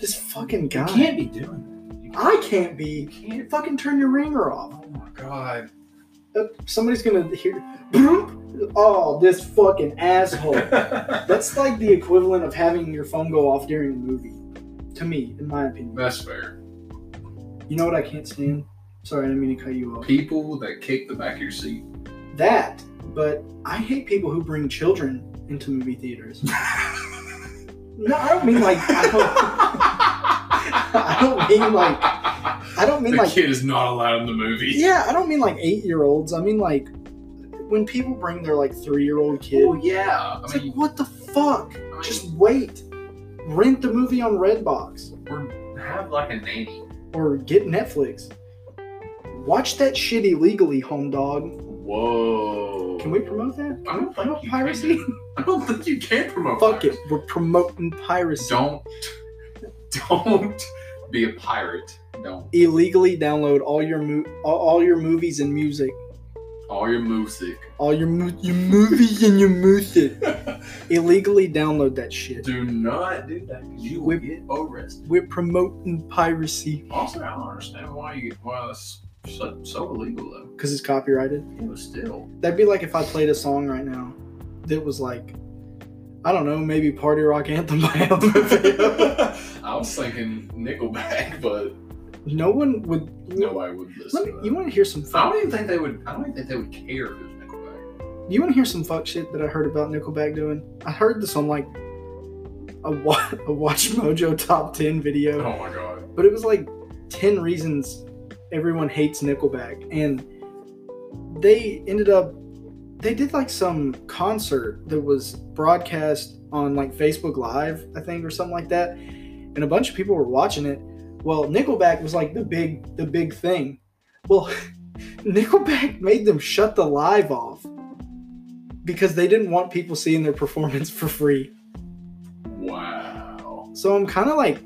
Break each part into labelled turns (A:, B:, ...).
A: This fucking
B: You
A: guy.
B: can't be doing that. You
A: I can't be.
B: can't.
A: Fucking turn your ringer off.
B: Oh my god.
A: Uh, Somebody's gonna hear. Broom. Oh, this fucking asshole. That's like the equivalent of having your phone go off during a movie. To me, in my opinion.
B: That's fair.
A: You know what I can't stand? Sorry, I didn't mean to cut you off.
B: People that kick the back of your seat.
A: That, but I hate people who bring children into movie theaters. no, I don't mean like. I don't,
B: I
A: don't mean like-
B: like.
A: I don't mean
B: The
A: like.
B: kid is not allowed in the movie.
A: Yeah, I don't mean like eight year olds. I mean like when people bring their like three year old kid.
B: Oh yeah.
A: It's
B: I mean,
A: like what the fuck?
B: I mean,
A: Just wait. Rent the movie on Redbox
B: we're- have like a nanny.
A: or get Netflix. Watch that shit illegally, home dog.
B: Whoa.
A: Can we promote that?
B: I don't think you
A: Piracy?
B: Can. I don't think you can promote.
A: Fuck it.
B: piracy.
A: We're promoting piracy.
B: Don't. Don't be a pirate. Don't.
A: Illegally download all your mo- all, all your movies and music.
B: All your music.
A: All your mo- your movies and your music. Illegally download that shit.
B: Do not do that because you will get arrested.
A: We're promoting piracy
B: Also, I don't understand why you why that's so, so illegal though.
A: because it's copyrighted.
B: It was still.
A: That'd be like if I played a song right now that was like, I don't know, maybe Party Rock Anthem by Elvis.
B: I was thinking Nickelback, but
A: no one would.
B: nobody would listen.
A: Let me,
B: to that.
A: you want to hear some
B: I
A: fuck?
B: don't even think they would. I don't even think they would care if it was Nickelback.
A: You want to hear some fuck shit that I heard about Nickelback doing? I heard this on like a, wa- a Watch Mojo top ten video.
B: Oh my god.
A: but it was like 10 reasons everyone hates Nickelback and they ended up they did like some concert that was broadcast on like Facebook live I think or something like that and a bunch of people were watching it well Nickelback was like the big the big thing well Nickelback made them shut the live off because they didn't want people seeing their performance for free
B: Wow.
A: so I'm kind of like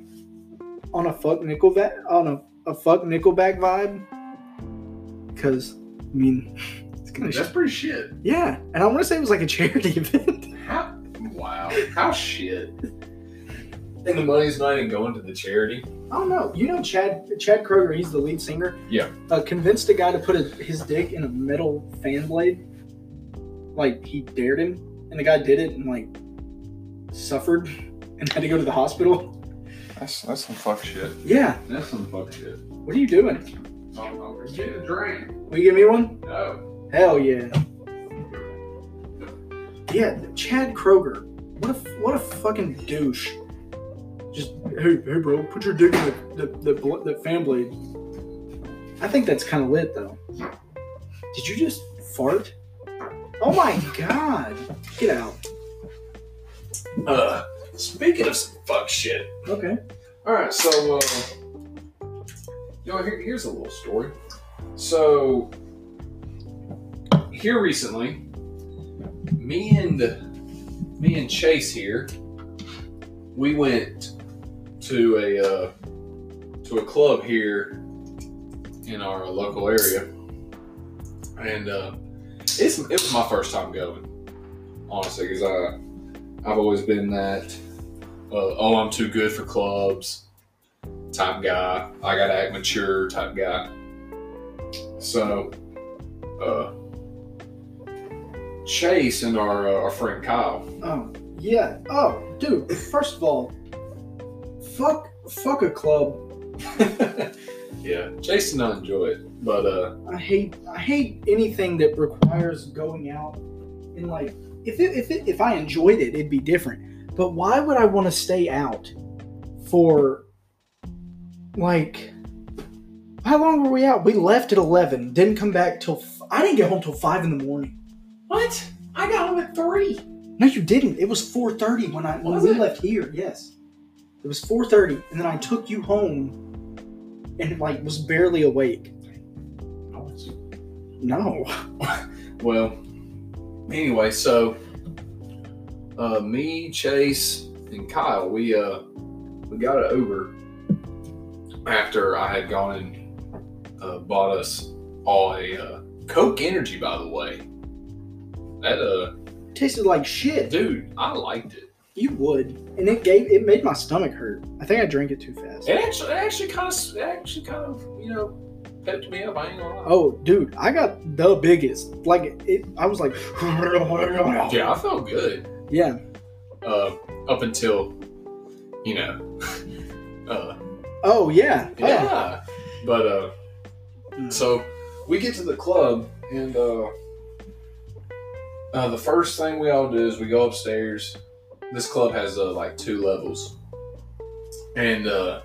A: on a fuck Nickelback on a, a fuck Nickelback vibe. Cause I mean, it's gonna
B: That's
A: sh-
B: pretty shit.
A: yeah, and I want to say it was like a charity event.
B: How? Wow. How shit. And the money's not even going to the charity.
A: I don't know. You know Chad Chad Kroger, he's the lead singer.
B: Yeah.
A: Uh, convinced a guy to put a, his dick in a metal fan blade. Like he dared him, and the guy did it and like suffered and had to go to the hospital.
B: That's that's some fuck shit.
A: Yeah.
B: That's some fuck shit.
A: What are you doing?
B: I'm, I'm getting a drink. Oh.
A: Will you give me one?
B: No.
A: Hell yeah. Yeah, Chad Kroger. What a what a fucking douche. Just hey hey bro, put your dick in the the, the, bl- the fan blade. I think that's kind of lit though. Did you just fart? Oh my god! Get out.
B: Uh, speaking of some fuck shit.
A: Okay.
B: All right, so uh, you know, here, here's a little story. So here recently, me and me and Chase here, we went to a uh, to a club here in our local area, and uh, it's it was my first time going, honestly, because I I've always been that uh, oh I'm too good for clubs type guy. I gotta act mature type guy. So, uh, Chase and our uh, our friend Kyle.
A: Oh yeah. Oh dude. First of all, fuck fuck a club.
B: yeah, Chase did not enjoy it, but uh,
A: I hate I hate anything that requires going out and like if it, if it, if I enjoyed it it'd be different. But why would I want to stay out for like how long were we out? We left at 11, didn't come back till f- I didn't get home till 5 in the morning.
B: what? I got him at three.
A: No you didn't. It was 4:30 when I when
B: Was
A: we
B: it?
A: left here. Yes. It was 4:30 and then I took you home and like was barely awake. No.
B: Well, anyway, so uh, me, Chase, and Kyle, we uh, we got an Uber after I had gone and uh, bought us all a uh, Coke Energy. By the way, that uh,
A: tasted like shit.
B: dude, I liked it.
A: You would, and it gave it made my stomach hurt. I think I drank it too fast.
B: It actually, it actually kind of, it actually kind of, you know, pepped me up. I ain't gonna lie.
A: Oh, dude, I got the biggest. Like it, I was like, yeah,
B: Yeah, I felt good.
A: yeah,
B: Uh, up until, you know, uh,
A: oh yeah, Oh.
B: yeah. But uh,
A: Mm.
B: so we get to the club, and uh, uh, the first thing we all do is we go upstairs. This club has uh, like two levels, and uh,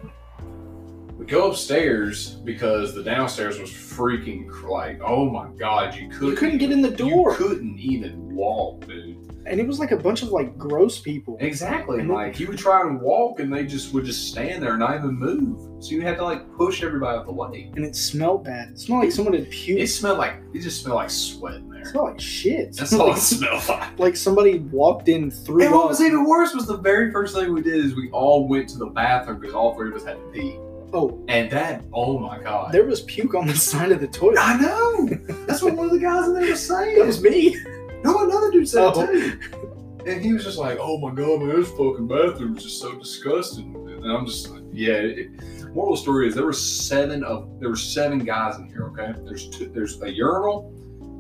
B: we go upstairs because the downstairs was freaking cr- like, oh my god, you couldn't
A: You couldn't get in the
B: you
A: door,
B: couldn't even walk, dude.
A: and it was like a bunch of like gross people.
B: Exactly.
A: Mhm.
B: Like you would try and walk, and they just would just stand there and not even move. So you had to like push everybody out the way.
A: and it smelled bad. It smelled like someone had puked.
B: It smelled like it just smelled like sweat in
A: it
B: there.
A: smelled like shit.
B: That's all it smelled like.
A: like somebody walked in through.
B: And what was even worse was the very first thing we did is we all went to the bathroom because all three of us had to pee.
A: Oh,
B: And that, oh my god,
A: there was puke on the side of the toilet.
B: I know. That's what one of the guys in there was saying.
A: That was me.
B: No, another dude said
A: Oh.
B: it too. And he was just like, "Oh my god, man, this fucking bathroom is just so disgusting." And I'm just like, "Yeah." It, moral of the story is there were seven of there were seven guys in here. Okay, there's two, there's a urinal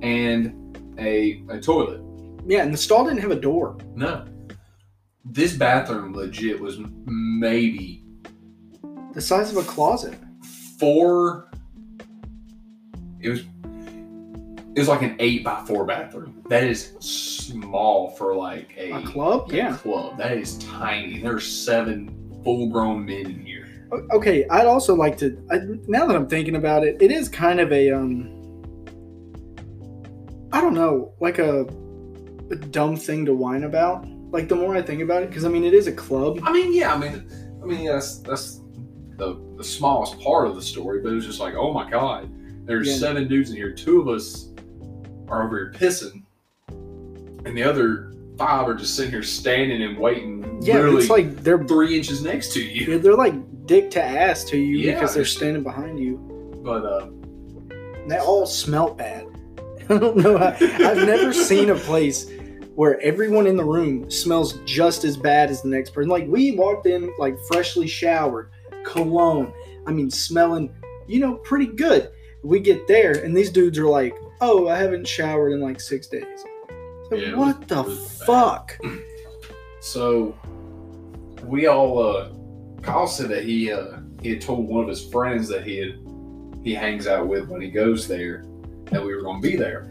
B: and a a toilet.
A: Yeah, and the stall didn't have a door.
B: No, this bathroom legit was maybe
A: The size of a closet.
B: four. It was it was like an eight by four bathroom. That is small for like a,
A: A club? Yeah.
B: club. That is tiny. There are seven full grown men in here.
A: O- Okay, I'd also like to. I, now that I'm thinking about it, it is kind of a um. I don't know, like a, a dumb thing to whine about. Like the more I think about it, because I mean, it is a club.
B: I mean, yeah, I mean, I mean, yeah, that's that's the, the smallest part of the story, but it was just like, oh my god, there's
A: Yeah.
B: seven dudes in here. Two of us are over here pissing, and the other five are just sitting here standing and waiting.
A: Yeah,
B: literally
A: it's like they're
B: three inches next to you.
A: Yeah, they're like dick to ass to you
B: Yeah.
A: because they're standing behind you.
B: But uh,
A: And They all smelt bad. I don't know. How, I've never seen a place where everyone in the room smells just as bad as the next person. Like we walked in like freshly showered, cologne. I mean, smelling, you know, pretty good. We get there and these dudes are like, "Oh, I haven't showered in like six days." It's like,
B: Yeah, it
A: what the
B: it was bad.
A: fuck?
B: so we all uh, Kyle said that he uh, he had told one of his friends that he had he hangs out with when he goes there that we were going to be there.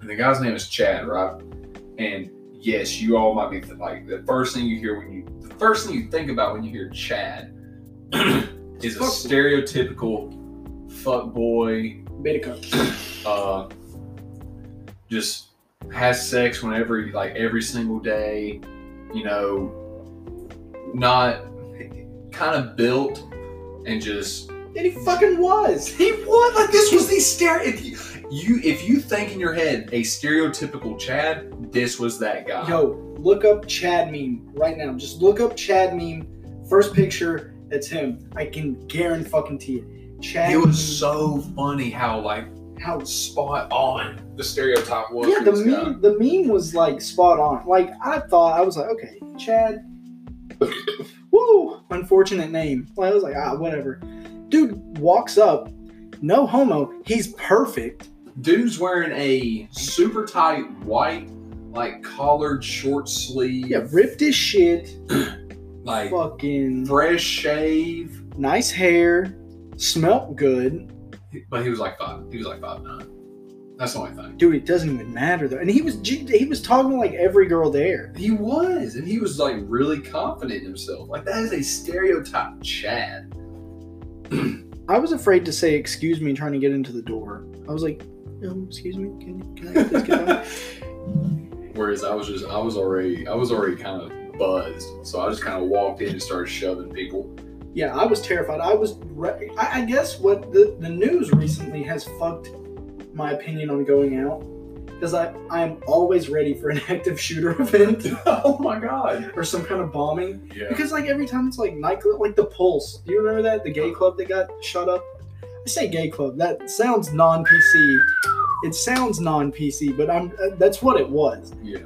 B: And the guy's name is Chad, right? And yes, you all might be th- like the first thing you hear when you the first thing you think about when you hear Chad is a
A: Fuck.
B: stereotypical fuck boy
A: Betacup.
B: uh, just has sex whenever he- like every single day you know not kind of built and just
A: And he fucking was.
B: he what like this was the stare if you, you if you think in your head a stereotypical chad this was that guy
A: Yo, look up Chad meme right now. Just look up Chad meme. First picture, that's him. I can guarantee fucking to you. Chad.
B: it
A: meme,
B: was so funny how like
A: how
B: spot on the stereotype was
A: yeah
B: for
A: the
B: this guy.
A: meme the meme was like spot on. Like I thought I was like okay Chad. Woo! Unfortunate name. Like, I was like ah whatever. Dude walks up, no homo. He's perfect.
B: dude's wearing a super tight white like collared short sleeve
A: Yeah, ripped his shit.
B: like
A: Fucking
B: fresh shave.
A: nice hair. Smelt good.
B: But he was like five. He was like five nine. That's the only thing.
A: dude, it doesn't even matter though. And he was he was talking to like every girl there.
B: He was, and he was like really confident in himself. Like that is a stereotype, Chad.
A: I was afraid to say excuse me trying to get into the door. I was like, um, excuse me, can, can I get this guy? out?"
B: Whereas I was just, I was already, I was already kind of buzzed. So I just kind of walked in and started shoving people.
A: yeah, I was terrified. I was re- I, I guess what the the news recently has fucked my opinion on going out because I I am always ready for an active shooter event
B: oh my god.
A: or some kind of bombing
B: Yeah.
A: because like every time it's like nightclub like the Pulse. Do you remember that the gay club that got shut up? I say gay club. That sounds non PC. It sounds non PC, but I'm uh, that's what it was.
B: Yeah.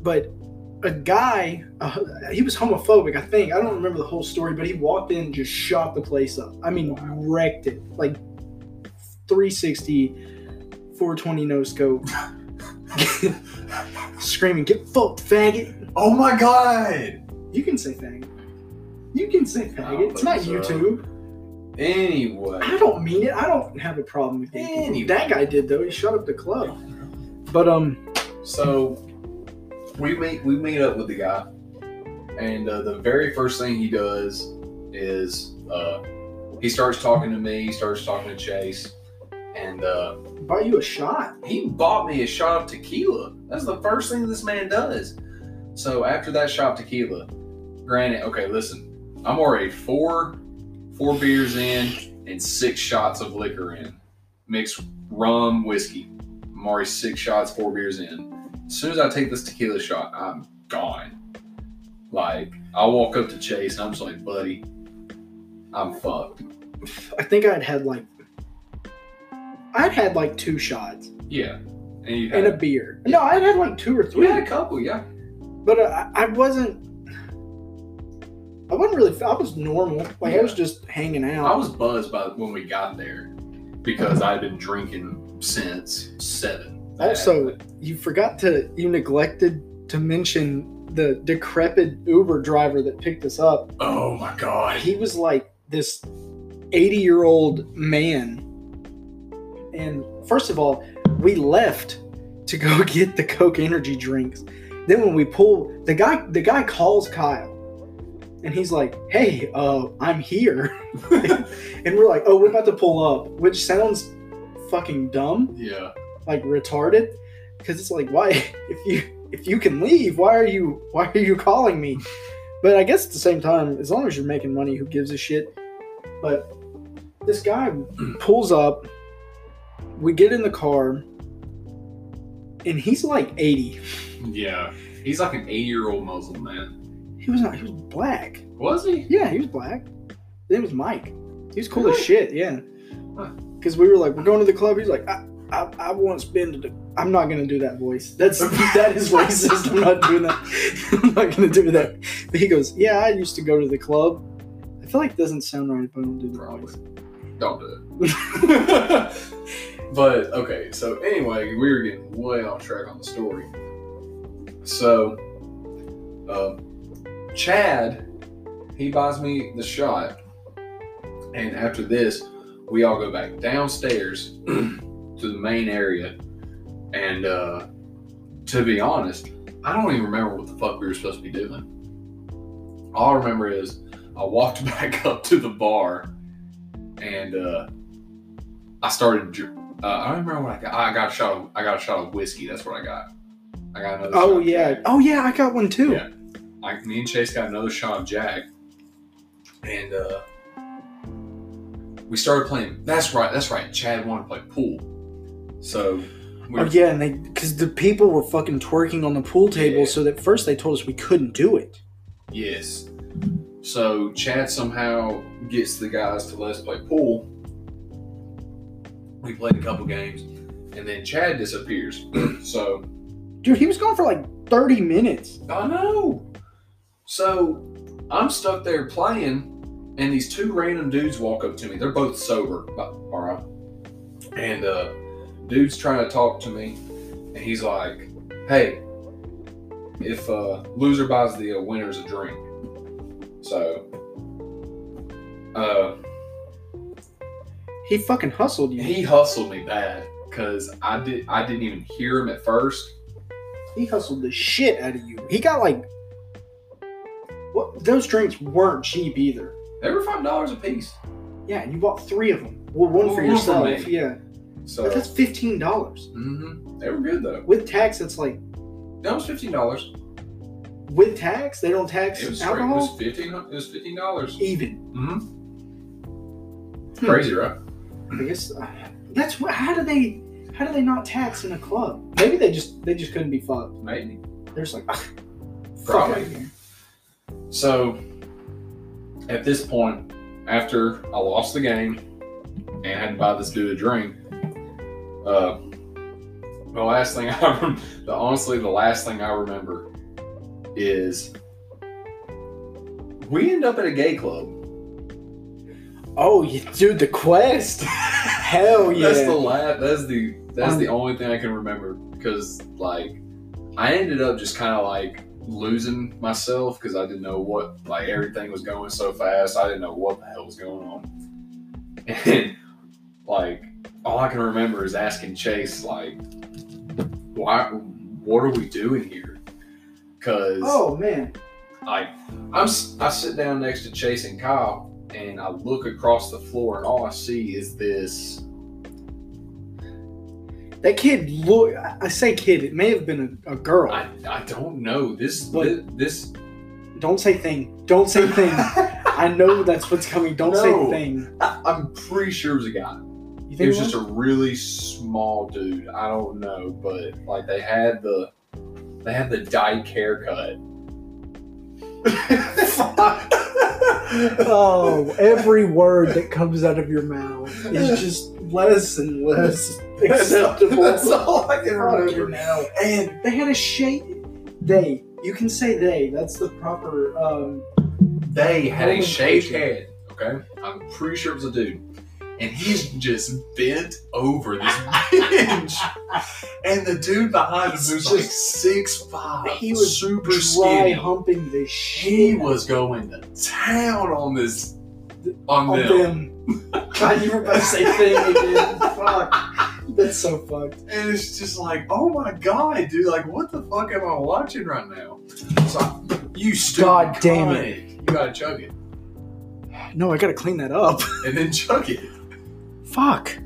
A: But a guy, uh, he was homophobic, I think. I don't remember the whole story, but he walked in and just shot the place up. I mean, wrecked it. Like 360, 420 no scope. Screaming, get fucked, faggot.
B: Oh my god!
A: You can say faggot. You can say faggot. It's not
B: think so.
A: YouTube.
B: Anyway,
A: I don't mean it. I don't have a problem with
B: Anyway.
A: it. That guy did, though. He shut up the club. But, um,
B: so we meet we meet up with the guy, and uh, the very first thing he does is uh, he starts talking to me. He starts talking to Chase, and uh,
A: buy you a shot.
B: he bought me a shot of tequila. That's the first thing this man does. So after that shot of tequila, granted, okay, listen, I'm already four four beers in and six shots of liquor in, mixed rum whiskey. I'm already six shots, four beers in. As soon as I take this tequila shot, I'm gone. Like I walk up to Chase and I'm just like, buddy, I'm fucked.
A: I think I'd had like, I'd had like two shots
B: Yeah, and you had,
A: and a beer. No, I'd had like two or
B: you
A: three.
B: had a couple, yeah.
A: but uh, I I wasn't. I wasn't really. I was normal. Like I was just hanging out.
B: I was buzzed by when we got there because I'd been drinking since seven.
A: also, you forgot to. You neglected to mention the decrepit Uber driver that picked us up.
B: oh my god,
A: He was like this eighty-year-old man. And first of all, we left to go get the Coke energy drinks. Then when we pull, the guy the guy calls Kyle, and he's like, "Hey, uh, I'm here." and we're like, oh, we're about to pull up, which sounds fucking dumb,
B: yeah,
A: like retarded, because it's like, why if you if you can leave, why are you why are you calling me? But I guess at the same time, as long as you're making money, who gives a shit? But this guy pulls up, we get in the car, and he's like 80.
B: yeah. He's like an eighty-year-old Muslim man.
A: He was not. He was black.
B: Was he?
A: Yeah, he was black. His name was Mike. He was cool as
B: Really?
A: shit. Yeah.
B: Huh.
A: Because we were like, we're going to the club. He's like, I, I, I once been to the. I'm not gonna do that voice. That's that is racist. I'm not doing that. I'm not gonna do that. But he goes, yeah, I used to go to the club. I feel like it doesn't sound right if I don't do the
B: Probably.
A: voice.
B: Don't do it. but okay, so anyway, we were getting way off track on the story. So, um, Chad, he buys me the shot, and after this, we all go back downstairs to the main area. And uh, to be honest, I don't even remember what the fuck we were supposed to be doing. All I remember is I walked back up to the bar and uh, I started. dr- Uh, I don't remember what I got. I got a shot. Of, I got a shot of whiskey. That's what I got. I got another. shot
A: Oh
B: of
A: yeah.
B: Jack.
A: Oh yeah. I got one too.
B: Yeah. I, me and Chase got another shot of Jack, and uh, we started playing. That's right. That's right. Chad wanted to play pool, so we
A: Oh yeah, and they because the people were fucking twerking on the pool table,
B: Yeah.
A: so that first they told us we couldn't do it.
B: Yes. So Chad somehow gets the guys to let us play pool. We played a couple games, and then Chad disappears. so
A: Dude, he was gone for like 30 minutes.
B: I know. So I'm stuck there playing, and these two random dudes walk up to me. They're both sober, but- all right. And uh, dude's trying to talk to me, and he's like, "Hey, if uh, loser buys the uh, winners a drink." So, uh,
A: He fucking hustled you.
B: he hustled me bad because I did. I didn't even hear him at first.
A: He hustled the shit out of you. He got like what? Those drinks weren't cheap either.
B: They were five dollars a piece.
A: Yeah, and you bought three of them. Well, one
B: Well,
A: for
B: one for
A: yourself.
B: me. Uh,
A: yeah,
B: So,
A: but that's fifteen dollars
B: hmm they were good though.
A: with tax. That's like
B: That was fifteen dollars.
A: with tax. They don't tax
B: It was straight. It
A: alcohol
B: was fifteen. It was fifteen dollars.
A: even.
B: Mm-hmm.
A: Hmm.
B: Crazy, right?
A: I guess uh, that's what. How do they? How do they not tax in a club? Maybe they just they just couldn't be fucked.
B: Maybe.
A: They're just like, "Ugh, fuck out
B: Probably.
A: of here.
B: So, at this point, after I lost the game and had to buy this dude a drink, uh, the last thing I rem- the honestly the last thing I remember is we end up at a gay club.
A: Oh, you, dude, the quest. Hell Oh, yeah.
B: That's the la- That's the that's the only thing I can remember because like I ended up just kind of like losing myself because I didn't know what like everything was going so fast. I didn't know what the hell was going on, and like all I can remember is asking Chase like, "Why? What are we doing here?" Because
A: oh man.
B: like I'm s- I sit down next to Chase and Kyle and I look across the floor and all I see is this
A: That kid look I say kid, it may have been a, a girl.
B: I, I don't know this
A: What?
B: this,
A: Don't say thing. Don't say thing.
B: this
A: I know that's what's coming. Don't
B: No.
A: say thing.
B: I, I'm pretty sure it was a guy.
A: You
B: He
A: think
B: was just a really small dude. I don't know, but like they had the they had the dyke haircut.
A: Oh, every word that comes out of your mouth is just less and less acceptable.
B: That's all I can remember
A: Fucking
B: now.
A: hell. And they had a shape. They. You can say they. That's the proper. Um,
B: They had a
A: Roman
B: shaved
A: Christian.
B: head. Okay, I'm pretty sure it was a dude, and he's just bent over this bench. And the dude behind him
A: He's
B: was
A: like-
B: like six five.
A: He was
B: super
A: dry
B: skinny.
A: humping the
B: She
A: shit
B: was going to town on this on,
A: on
B: them.
A: them. God, you were about to say thing again. Fuck. That's so fucked.
B: and it's just like, oh my god, dude, like what the fuck am I watching right now? So I- you stupid
A: God damn it.
B: cunt. You gotta chug it,
A: No, I gotta clean that up.
B: and then chug it.
A: Fuck.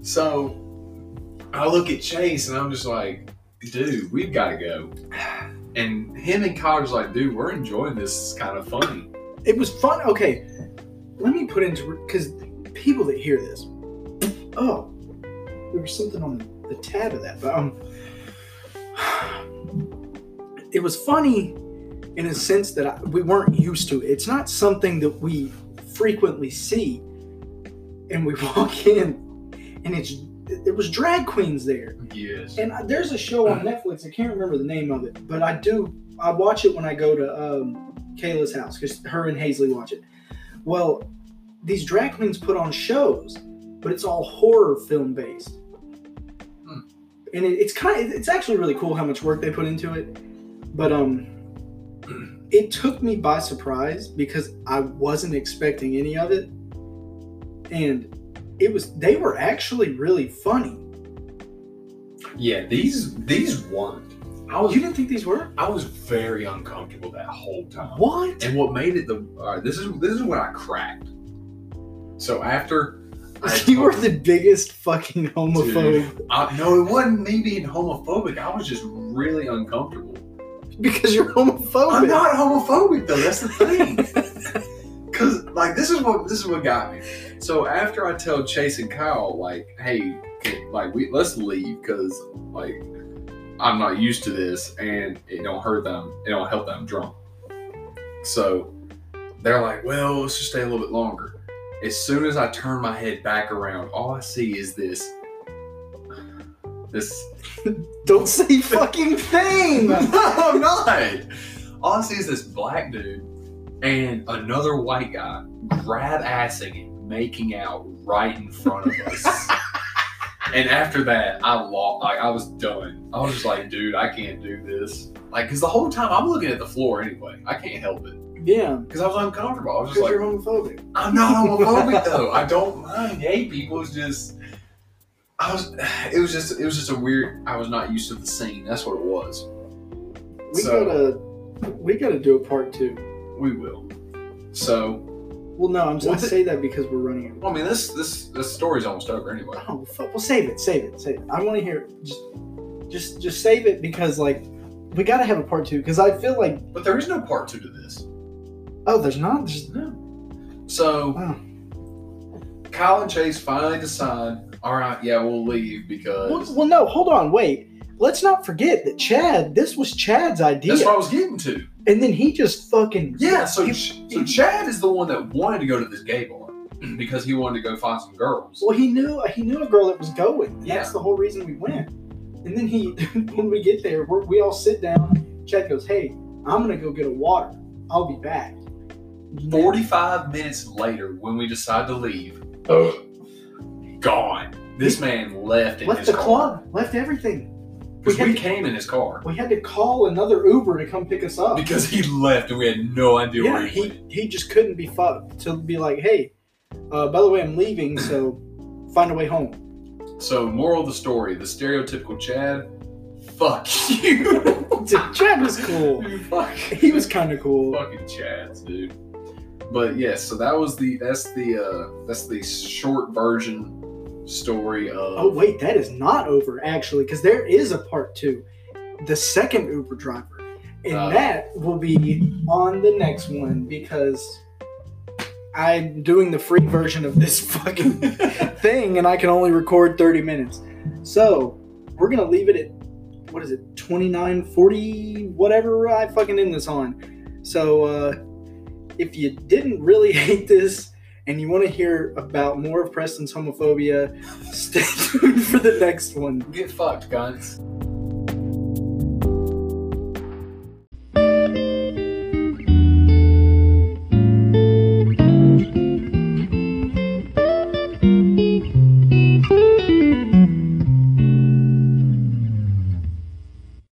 B: So I look at Chase and I'm just like, dude, we've got to go. And him and Kyle was like, dude, we're enjoying this. It's kind of funny.
A: It was fun. Okay, let me put into because people that hear this, oh, there was something on the tab of that, but um, it was funny in a sense that I, we weren't used to. it. It's not something that we frequently see, and we walk in, and it's it was drag queens there.
B: Yes.
A: And I- there's a show on Netflix. I can't remember the name of it, but I do. I watch it when I go to um, Kayla's house because her and Hazley watch it. Well, these drag queens put on shows, but it's all horror film based.
B: Hmm.
A: And it, it's kind of it's actually really cool how much work they put into it. But um, it took me by surprise because I wasn't expecting any of it, and it was they were actually really funny.
B: Yeah, these these weren't. I was
A: You didn't think these were?
B: I was very uncomfortable that whole time.
A: What?
B: And what made it the all right, this is this is when I cracked. So after I
A: you were the biggest fucking homophobe
B: I, no, it wasn't me being homophobic. I was just really uncomfortable.
A: because you're homophobic.
B: I'm not homophobic though. That's the thing. Cause like this is what this is what got me. So after I tell Chase and Kyle like, hey, can, like we let's leave because like I'm not used to this and it don't hurt them. It don't help that I'm drunk. So they're like, well, let's just stay a little bit longer. As soon as I turn my head back around, all I see is this. This
A: Don't say fucking thing.
B: no,
A: Oh,
B: I'm not. All I see is this black dude and another white guy grab assing and making out right in front of us. and after that, I lost. Like I was done. I was just like, dude, I can't do this. Like, because the whole time I'm looking at the floor anyway. I can't help it
A: yeah,
B: because I was uncomfortable. I was
A: because
B: just
A: you're
B: like,
A: homophobic.
B: I'm not homophobic though. I don't mind gay people. It's just. I was, it was just, it was just a weird. I was not used to the scene. That's what it was.
A: We
B: So-
A: gotta, we gotta do a part two.
B: We will. So,
A: Well, no, I'm. I
B: What the-
A: say that because we're running out. of-
B: well, I mean, this this this story's almost over anyway.
A: Oh fuck! Well, save it, save it, save it. I want to hear. It. Just, just, just save it because like, we gotta have a part two because I feel like
B: But there is no part two to this.
A: oh, there's not. There's,
B: No. So,
A: Wow.
B: Kyle and Chase finally decide. All right, yeah, we'll leave
A: well,
B: because
A: well, no, hold on, wait. Let's not forget that Chad. This was Chad's idea,
B: that's what I was getting to.
A: and then he just fucking
B: Yeah. So,
A: He-
B: Ch- so Chad is the one that wanted to go to this gay bar because he wanted to go find some girls.
A: Well, he knew he knew a girl that was going.
B: Yeah.
A: That's the whole reason we went. And then he, when we get there, we're, we all sit down. Chad goes, "Hey, I'm gonna go get a water. I'll be back.
B: 45 minutes later, when we decide to leave, uh, gone. This man left in
A: left
B: his
A: the
B: car.
A: club, left everything.
B: Because
A: We
B: we
A: had to-
B: came in his car.
A: We had to call another Uber to come pick us up.
B: Because he left and we had no idea
A: yeah,
B: where he
A: he,
B: went.
A: he just couldn't be fucked to be like, hey, uh, by the way, I'm leaving, so find a way home.
B: So, moral of the story the stereotypical Chad, fuck you.
A: Dude, Chad was cool.
B: fuck.
A: He was kind of cool.
B: Fucking Chads, dude. But yeah, so that was the that's the uh that's the short version story of
A: Oh wait, that is not over actually, because there is a part two, the second Uber driver, and
B: Uh.
A: that will be on the next one because I'm doing the free version of this fucking thing, and I can only record 30 minutes. So we're gonna leave it at what is it, 29, 40, whatever I fucking end this on. So uh, if you didn't really hate this. And you want to hear about more of Preston's homophobia? Stay tuned for the next one.
B: get fucked, guns.